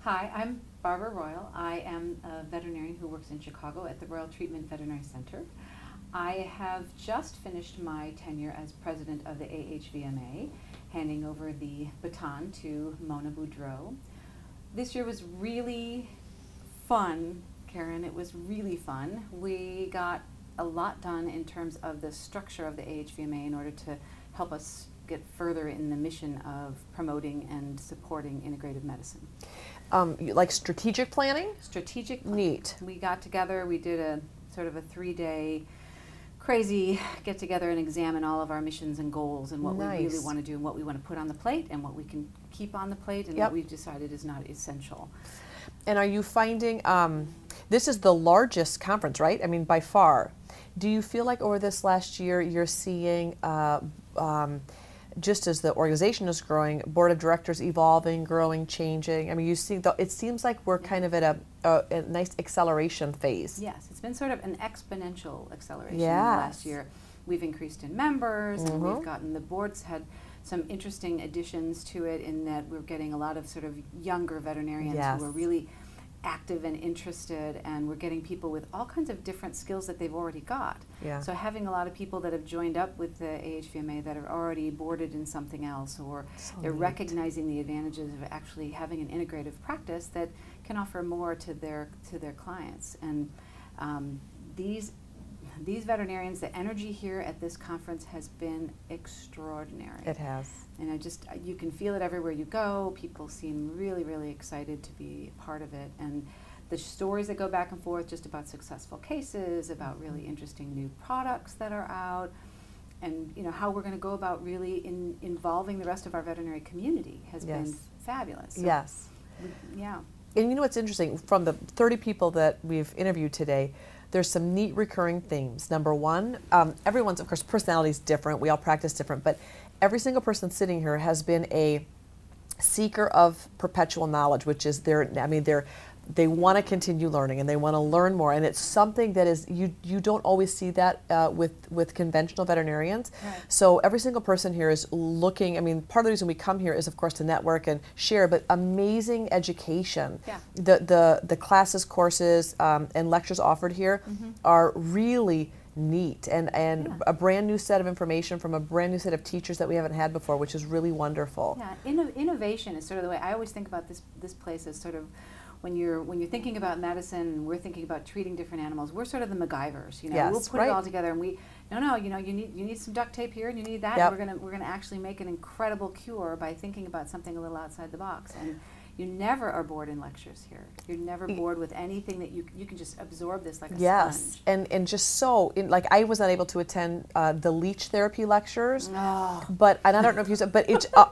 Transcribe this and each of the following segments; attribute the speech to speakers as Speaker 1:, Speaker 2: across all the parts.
Speaker 1: Hi, I'm Barbara Royal. I am a veterinarian who works in Chicago at the Royal Treatment Veterinary Center. I have just finished my tenure as president of the AHVMA, handing over the baton to Mona Boudreau. This year was really fun, Karen. It was really fun. We got a lot done in terms of the structure of the AHVMA in order to help us get further in the mission of promoting and supporting integrative medicine.
Speaker 2: Um, you- like strategic planning?
Speaker 1: Strategic plan-
Speaker 2: Neat.
Speaker 1: We got together, we did a sort of a three day crazy get together and examine all of our missions and goals and what we really
Speaker 2: Nice.
Speaker 1: want to do and what we want to put on the plate and what we can keep on the plate and
Speaker 2: Yep.
Speaker 1: what we've decided is not essential.
Speaker 2: And are you finding um, this is the largest conference, right? I mean, by far. Do you feel like over this last year you're seeing, uh, um, just as the organization is growing, board of directors evolving, growing, changing? I mean, you see, the, it seems like we're kind of at a, a, a nice acceleration phase.
Speaker 1: Yes, it's been sort of an exponential acceleration in the last
Speaker 2: Yes.
Speaker 1: year. We've increased in members and
Speaker 2: Mhm.
Speaker 1: we've gotten the boards had some interesting additions to it in that we're getting a lot of sort of younger veterinarians
Speaker 2: Yes.
Speaker 1: who are really active and interested and we're getting people with all kinds of different skills that they've already got.
Speaker 2: Yeah.
Speaker 1: So having a lot of people that have joined up with the AHVMA that are already boarded in something else or
Speaker 2: So
Speaker 1: they're
Speaker 2: neat.
Speaker 1: recognizing the advantages of actually having an integrative practice that can offer more to their to their clients and um, these these veterinarians the energy here at this conference has been extraordinary
Speaker 2: It has.
Speaker 1: and I just you can feel it everywhere you go. People seem really, really excited to be part of it, and the stories that go back and forth just about successful cases, about really interesting new products that are out, and you know how we're going to go about really in, involving the rest of our veterinary community has been
Speaker 2: Yes.
Speaker 1: fabulous. So
Speaker 2: yes.
Speaker 1: we- yeah.
Speaker 2: And you know what's interesting? From the 30 people that we've interviewed today, there's some neat recurring themes. Number one, um, everyone's, of course, personality is different. We all practice different, but every single person sitting here has been a seeker of perpetual knowledge, which is their, I mean, they're, they want to continue learning and they want to learn more. And it's something that is, you, you don't always see that uh, with, with conventional veterinarians.
Speaker 1: Right.
Speaker 2: So every single person here is looking. I mean, part of the reason we come here is, of course, to network and share. But amazing education.
Speaker 1: Yeah.
Speaker 2: The the the classes, courses, um, and lectures offered here are really neat and and
Speaker 1: Mm-hmm. Yeah.
Speaker 2: a brand new set of information from a brand new set of teachers that we haven't had before, which is really wonderful.
Speaker 1: Yeah, inno- innovation is sort of the way I always think about this this place as sort of when you're when you're thinking about medicine and we're thinking about treating different animals, we're sort of the MacGyvers, you know. we'll
Speaker 2: Yes,
Speaker 1: put it all
Speaker 2: right.
Speaker 1: together and we no no, you know, you need you need some duct tape here and you need that
Speaker 2: Yep.
Speaker 1: and we're gonna we're gonna actually make an incredible cure by thinking about something a little outside the box. And you never are bored in lectures here. You're never
Speaker 2: Y-
Speaker 1: bored with anything that you you can just absorb this like a
Speaker 2: Yes, and and just so in, like I was not able to attend uh, the leech therapy lectures,
Speaker 1: sponge. Oh,
Speaker 2: but and I don't know if you said, but it's uh,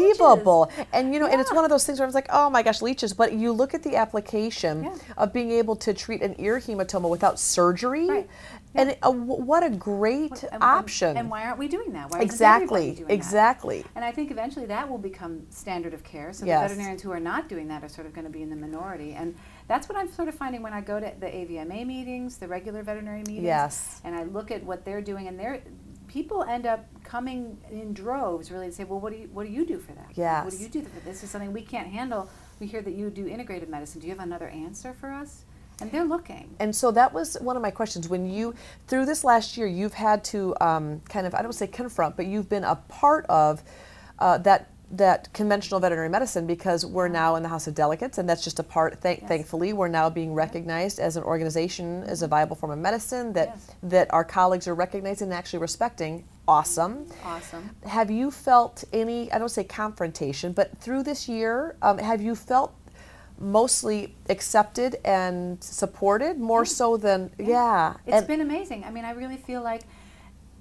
Speaker 2: unbelievable. And you know, and it's
Speaker 1: Yeah.
Speaker 2: one of those things where I was like, oh my gosh, leeches. But you look at the application
Speaker 1: Yeah.
Speaker 2: of being able to treat an ear hematoma without surgery,
Speaker 1: Right.
Speaker 2: and it- uh, wh- what a great
Speaker 1: what- and- and-
Speaker 2: option.
Speaker 1: And, why aren't we doing that? Why isn't everybody
Speaker 2: exactly,
Speaker 1: doing that?
Speaker 2: exactly.
Speaker 1: And I think eventually that will become standard of care. So
Speaker 2: Yes.
Speaker 1: the veterinarians who are not doing that are sort of going to be in the minority. And that's what I'm sort of finding when I go to the AVMA meetings, the regular veterinary meetings.
Speaker 2: Yes.
Speaker 1: And I look at what they're doing, and they're people end up coming in droves really and say, well, what do you what do you do for that? Yeah. What do
Speaker 2: Yes.
Speaker 1: you do for this? Is something we can't handle. We hear that you do integrated medicine. Do you have another answer for us? And they're looking.
Speaker 2: And so that was one of my questions. When you, through this last year, you've had to um, kind of, I don't say confront, but you've been a part of uh, that that conventional veterinary medicine because we're now in the House of Delegates, and that's just a part. Th-
Speaker 1: Yes.
Speaker 2: Thankfully, we're now being recognized as an organization as a viable form of medicine that
Speaker 1: Mm-hmm. Yes.
Speaker 2: that our colleagues are recognizing and actually respecting. Awesome.
Speaker 1: Awesome.
Speaker 2: Have you felt any, I don't say confrontation, but through this year, um, have you felt mostly accepted and supported more so than, yeah.
Speaker 1: It's
Speaker 2: and-
Speaker 1: been amazing. I mean, I really feel like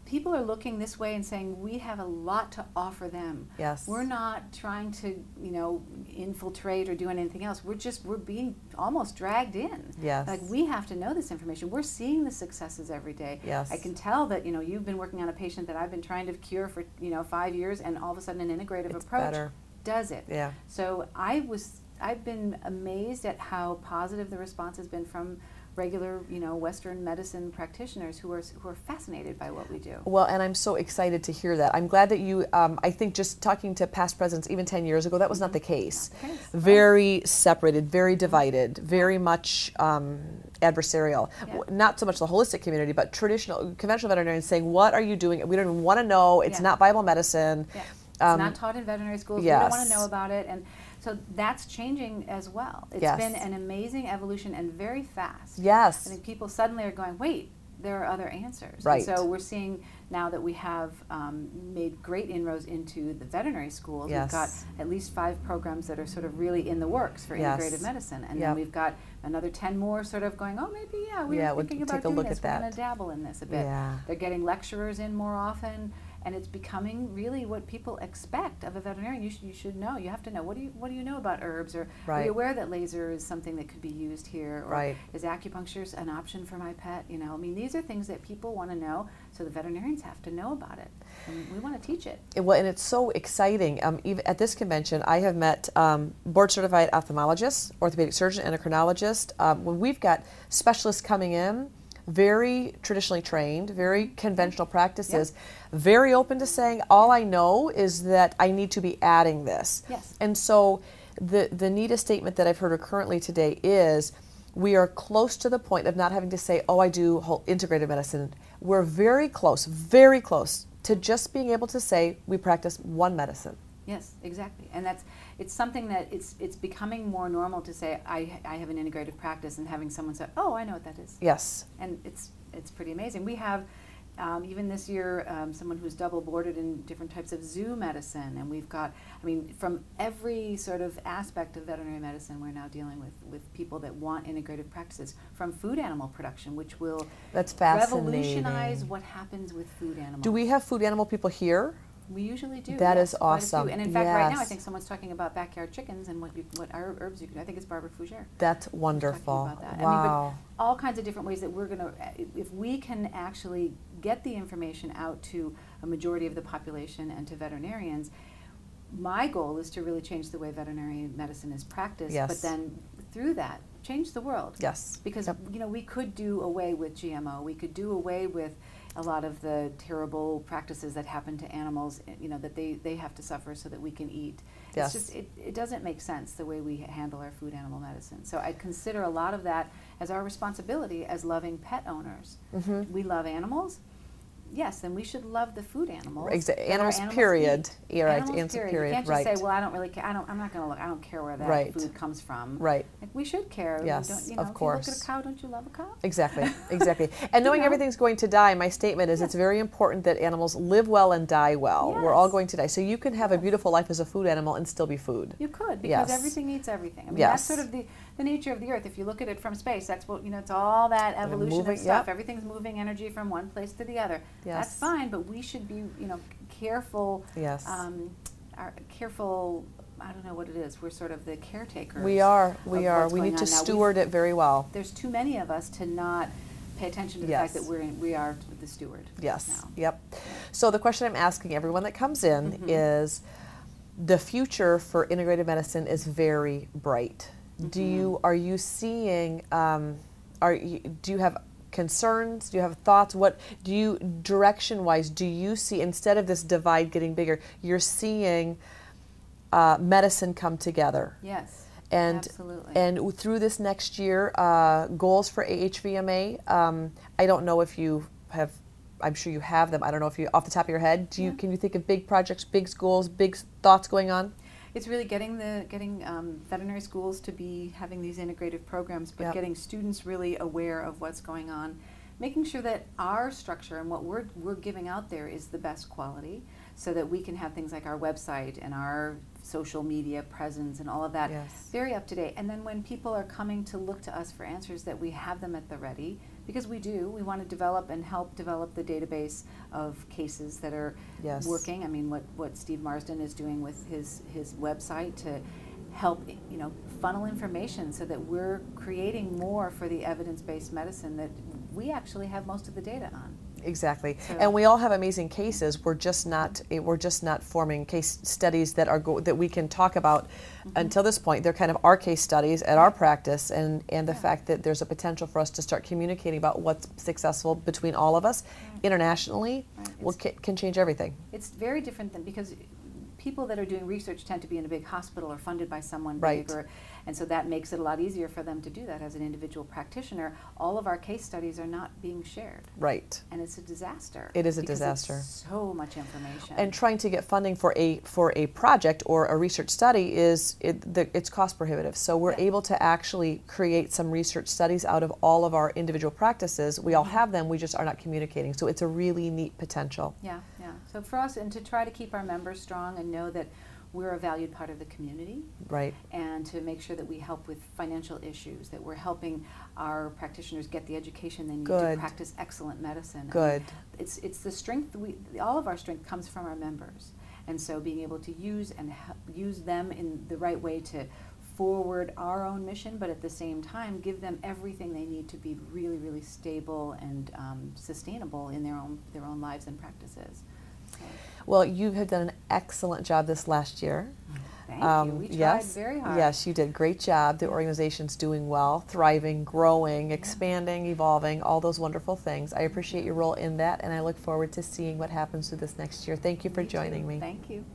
Speaker 1: people are looking this way and saying we have a lot to offer them.
Speaker 2: Yes.
Speaker 1: We're not trying to, you know, infiltrate or do anything else. We're just we're being almost dragged in.
Speaker 2: Yes.
Speaker 1: Like we have to know this information. We're seeing the successes every day.
Speaker 2: Yes.
Speaker 1: I can tell that, you know, you've been working on a patient that I've been trying to cure for, you know, 5 years and all of a sudden an integrative
Speaker 2: It's
Speaker 1: approach
Speaker 2: better.
Speaker 1: does it.
Speaker 2: Yeah.
Speaker 1: So I was I've been amazed at how positive the response has been from regular, you know, Western medicine practitioners who are s- who are fascinated by what we do.
Speaker 2: Well, and I'm so excited to hear that. I'm glad that you, um, I think just talking to past presidents, even 10 years ago, that was not
Speaker 1: Mm-hmm.
Speaker 2: the case.
Speaker 1: Not the case.
Speaker 2: Very separated, very divided, very much um, adversarial.
Speaker 1: Yeah.
Speaker 2: W- Not so much the holistic community, but traditional, conventional veterinarians saying, What are you doing? We don't even want to know. It's
Speaker 1: Yeah.
Speaker 2: not Bible medicine.
Speaker 1: Yeah. It's
Speaker 2: Um,
Speaker 1: not taught in veterinary schools. We don't want to
Speaker 2: yes.
Speaker 1: know about it. And so that's changing as well. It's
Speaker 2: Yes.
Speaker 1: been an amazing evolution and very fast.
Speaker 2: Yes.
Speaker 1: I think people suddenly are going, wait, there are other answers. And
Speaker 2: Right.
Speaker 1: so we're seeing now that we have um, made great inroads into the veterinary schools. We've got
Speaker 2: Yes.
Speaker 1: at least five programs that are sort of really in the works for
Speaker 2: Yes.
Speaker 1: integrative medicine. And
Speaker 2: Yep.
Speaker 1: then we've got another 10 more sort of going, oh, maybe, yeah, we
Speaker 2: Yeah,
Speaker 1: were
Speaker 2: we'll
Speaker 1: thinking
Speaker 2: take
Speaker 1: about
Speaker 2: a
Speaker 1: doing
Speaker 2: look
Speaker 1: this.
Speaker 2: at
Speaker 1: We're going
Speaker 2: that.
Speaker 1: to dabble in this a bit.
Speaker 2: Yeah.
Speaker 1: They're getting lecturers in more often, and it's becoming really what people expect of a veterinarian. You should, you should know. You have to know what do you what do you know about herbs, or are
Speaker 2: Right.
Speaker 1: you aware that laser is something that could be used here, or
Speaker 2: Right.
Speaker 1: is acupuncture an option for my pet? You know, I mean, these are things that people want to know, so the veterinarians have to know about it, and we want to teach it.
Speaker 2: It- well, and it's so exciting. Um, even at this convention, I have met um, board certified ophthalmologists, orthopedic surgeon, endocrinologist. Um, when we've got specialists coming in, very traditionally trained, very conventional practices, very open to saying, all I know is that I need to be adding this.
Speaker 1: Yes.
Speaker 2: And so the, the neatest statement that I've heard currently today is we are close to the point of not having to say, oh, I do whole integrative medicine. We're very close, very close to just being able to say we practice one medicine.
Speaker 1: Yes, exactly. And that's it's something that it's it's becoming more normal to say I I have an integrative practice, and having someone say, oh, I know what that is.
Speaker 2: Yes.
Speaker 1: and it's it's pretty amazing. We have um, even this year um, someone who's double boarded in different types of zoo medicine, and we've got I mean from every sort of aspect of veterinary medicine, we're now dealing with with people that want integrative practices from food animal production, which will
Speaker 2: That's fascinating.
Speaker 1: revolutionize what happens with food animals.
Speaker 2: Do we have food animal people here?
Speaker 1: We usually do.
Speaker 2: That
Speaker 1: That
Speaker 2: is
Speaker 1: is
Speaker 2: awesome.
Speaker 1: And in fact, right now I
Speaker 2: Yes.
Speaker 1: think someone's talking about backyard chickens and what you, what our herbs you can. I think it's Barbara Fougere
Speaker 2: That's
Speaker 1: talking
Speaker 2: wonderful.
Speaker 1: about that. I
Speaker 2: Wow.
Speaker 1: mean, but all kinds of different ways that we're going to, if we can actually get the information out to a majority of the population and to veterinarians, my goal is to really change the way veterinary medicine is practiced,
Speaker 2: Yes.
Speaker 1: but then through that, change the world.
Speaker 2: yes.
Speaker 1: Because
Speaker 2: Yep.
Speaker 1: you know we could do away with GMO, we could do away with a lot of the terrible practices that happen to animals. eh, You know that they, they have to suffer so that we can eat.
Speaker 2: Yes.
Speaker 1: It's just it, it doesn't make sense the way we handle our food animal medicine. So I consider a lot of that as our responsibility as loving pet owners.
Speaker 2: Mhm.
Speaker 1: We love animals. Yes, then we should love the food animals.
Speaker 2: Exa-
Speaker 1: that our
Speaker 2: animals, period.
Speaker 1: eat.
Speaker 2: Yeah, right,
Speaker 1: Animals,
Speaker 2: animals,
Speaker 1: period.
Speaker 2: period,
Speaker 1: You can't just
Speaker 2: right.
Speaker 1: say, well, I don't really care. I don't. I'm not going to look. I don't care where that
Speaker 2: Right.
Speaker 1: food comes from.
Speaker 2: Right.
Speaker 1: Like we should care. We
Speaker 2: Yes,
Speaker 1: don't, you
Speaker 2: of
Speaker 1: know, If you look
Speaker 2: course.
Speaker 1: at a cow, don't you love a cow?
Speaker 2: Exactly, exactly. And knowing
Speaker 1: know?
Speaker 2: everything's going to die, my statement is
Speaker 1: Yeah.
Speaker 2: it's very important that animals live well and die well. We're all
Speaker 1: Yes.
Speaker 2: going to die. So you can have a
Speaker 1: Yes.
Speaker 2: beautiful life as a food animal and still be food.
Speaker 1: You could because
Speaker 2: Yes.
Speaker 1: everything eats everything. I mean, that's sort
Speaker 2: Yes.
Speaker 1: of the, the nature of the earth. If you look at it from space, that's what you know. It's all that evolution
Speaker 2: moving-
Speaker 1: of stuff.
Speaker 2: yep.
Speaker 1: Everything's moving energy from one place to the other.
Speaker 2: Yes.
Speaker 1: That's fine, but we should be you know careful.
Speaker 2: Yes.
Speaker 1: Um, our careful. I don't know what it is. We're sort of the caretakers.
Speaker 2: we are, we
Speaker 1: of
Speaker 2: are.
Speaker 1: what's
Speaker 2: We
Speaker 1: going
Speaker 2: need to
Speaker 1: on now. We-
Speaker 2: steward it very well.
Speaker 1: There's too many of us to not pay attention to the fact
Speaker 2: Yes.
Speaker 1: that we're in, we are the steward.
Speaker 2: Yes,
Speaker 1: now.
Speaker 2: yep. So the question I'm asking everyone that comes in is the future for integrative medicine is very bright. Do you, are you seeing, um, are you, do you have concerns? Do you have thoughts? What do you, direction wise, do you see, instead of this divide getting bigger, you're seeing uh, medicine come together?
Speaker 1: Yes.
Speaker 2: And
Speaker 1: absolutely.
Speaker 2: and w- through this next year, uh, goals for AHVMA. Um, I don't know if you have. I'm sure you have them. I don't know if you, off the top of your head, do you
Speaker 1: Yeah.
Speaker 2: can you think of big projects, big goals, big s- thoughts going on?
Speaker 1: It's really getting the getting um, veterinary schools to be having these integrative programs, but
Speaker 2: Yep.
Speaker 1: getting students really aware of what's going on, making sure that our structure and what we're we're giving out there is the best quality, so that we can have things like our website and our social media presence and all of that
Speaker 2: Yes.
Speaker 1: very up to date. And then when people are coming to look to us for answers, that we have them at the ready because we do. We want to develop and help develop the database of cases that are
Speaker 2: Yes.
Speaker 1: working. I mean, what, what Steve Marsden is doing with his, his website to help, you know, funnel information so that we're creating more for the evidence-based medicine that we actually have most of the data on.
Speaker 2: exactly.
Speaker 1: So-
Speaker 2: And we all have amazing cases. We're just not eh, we're just not forming case studies that are go- that we can talk about.
Speaker 1: Mm-hmm.
Speaker 2: Until this point, they're kind of our case studies at our practice, and and the
Speaker 1: Yeah.
Speaker 2: fact that there's a potential for us to start communicating about what's successful between all of us internationally
Speaker 1: Right,
Speaker 2: will ca- can change everything.
Speaker 1: It's very different than, because people that are doing research tend to be in a big hospital or funded by someone
Speaker 2: Right.
Speaker 1: big or, and so that makes it a lot easier for them to do that as an individual practitioner. All of our case studies are not being shared,
Speaker 2: Right.
Speaker 1: and it's a disaster.
Speaker 2: It is a
Speaker 1: because it's
Speaker 2: disaster.
Speaker 1: so much information.
Speaker 2: And trying to get funding for a for a project or a research study is it, the, it's cost prohibitive. So we're
Speaker 1: Yeah.
Speaker 2: able to actually create some research studies out of all of our individual practices. We all have them. We just are not communicating. So it's a really neat potential.
Speaker 1: Yeah, yeah. So for us, and to try to keep our members strong and know that we're a valued part of the community
Speaker 2: Right.
Speaker 1: and to make sure that we help with financial issues, that we're helping our practitioners get the education they need
Speaker 2: Good.
Speaker 1: to practice excellent medicine. I mean,
Speaker 2: Good.
Speaker 1: It's, it's the strength, we, all of our strength comes from our members. And so being able to use and help, use them in the right way to forward our own mission, but at the same time, give them everything they need to be really, really stable and um, sustainable in their own, their own lives and practices. So,
Speaker 2: Well, you have done an excellent job this last year.
Speaker 1: thank you.
Speaker 2: Um,
Speaker 1: We tried
Speaker 2: yes,
Speaker 1: very hard.
Speaker 2: Yes, you did. Great job. The organization's doing well, thriving, growing, expanding, evolving, all those wonderful things. I appreciate your role in that, and I look forward to seeing what happens through this next year. Thank you for
Speaker 1: Me too.
Speaker 2: joining me.
Speaker 1: Thank you.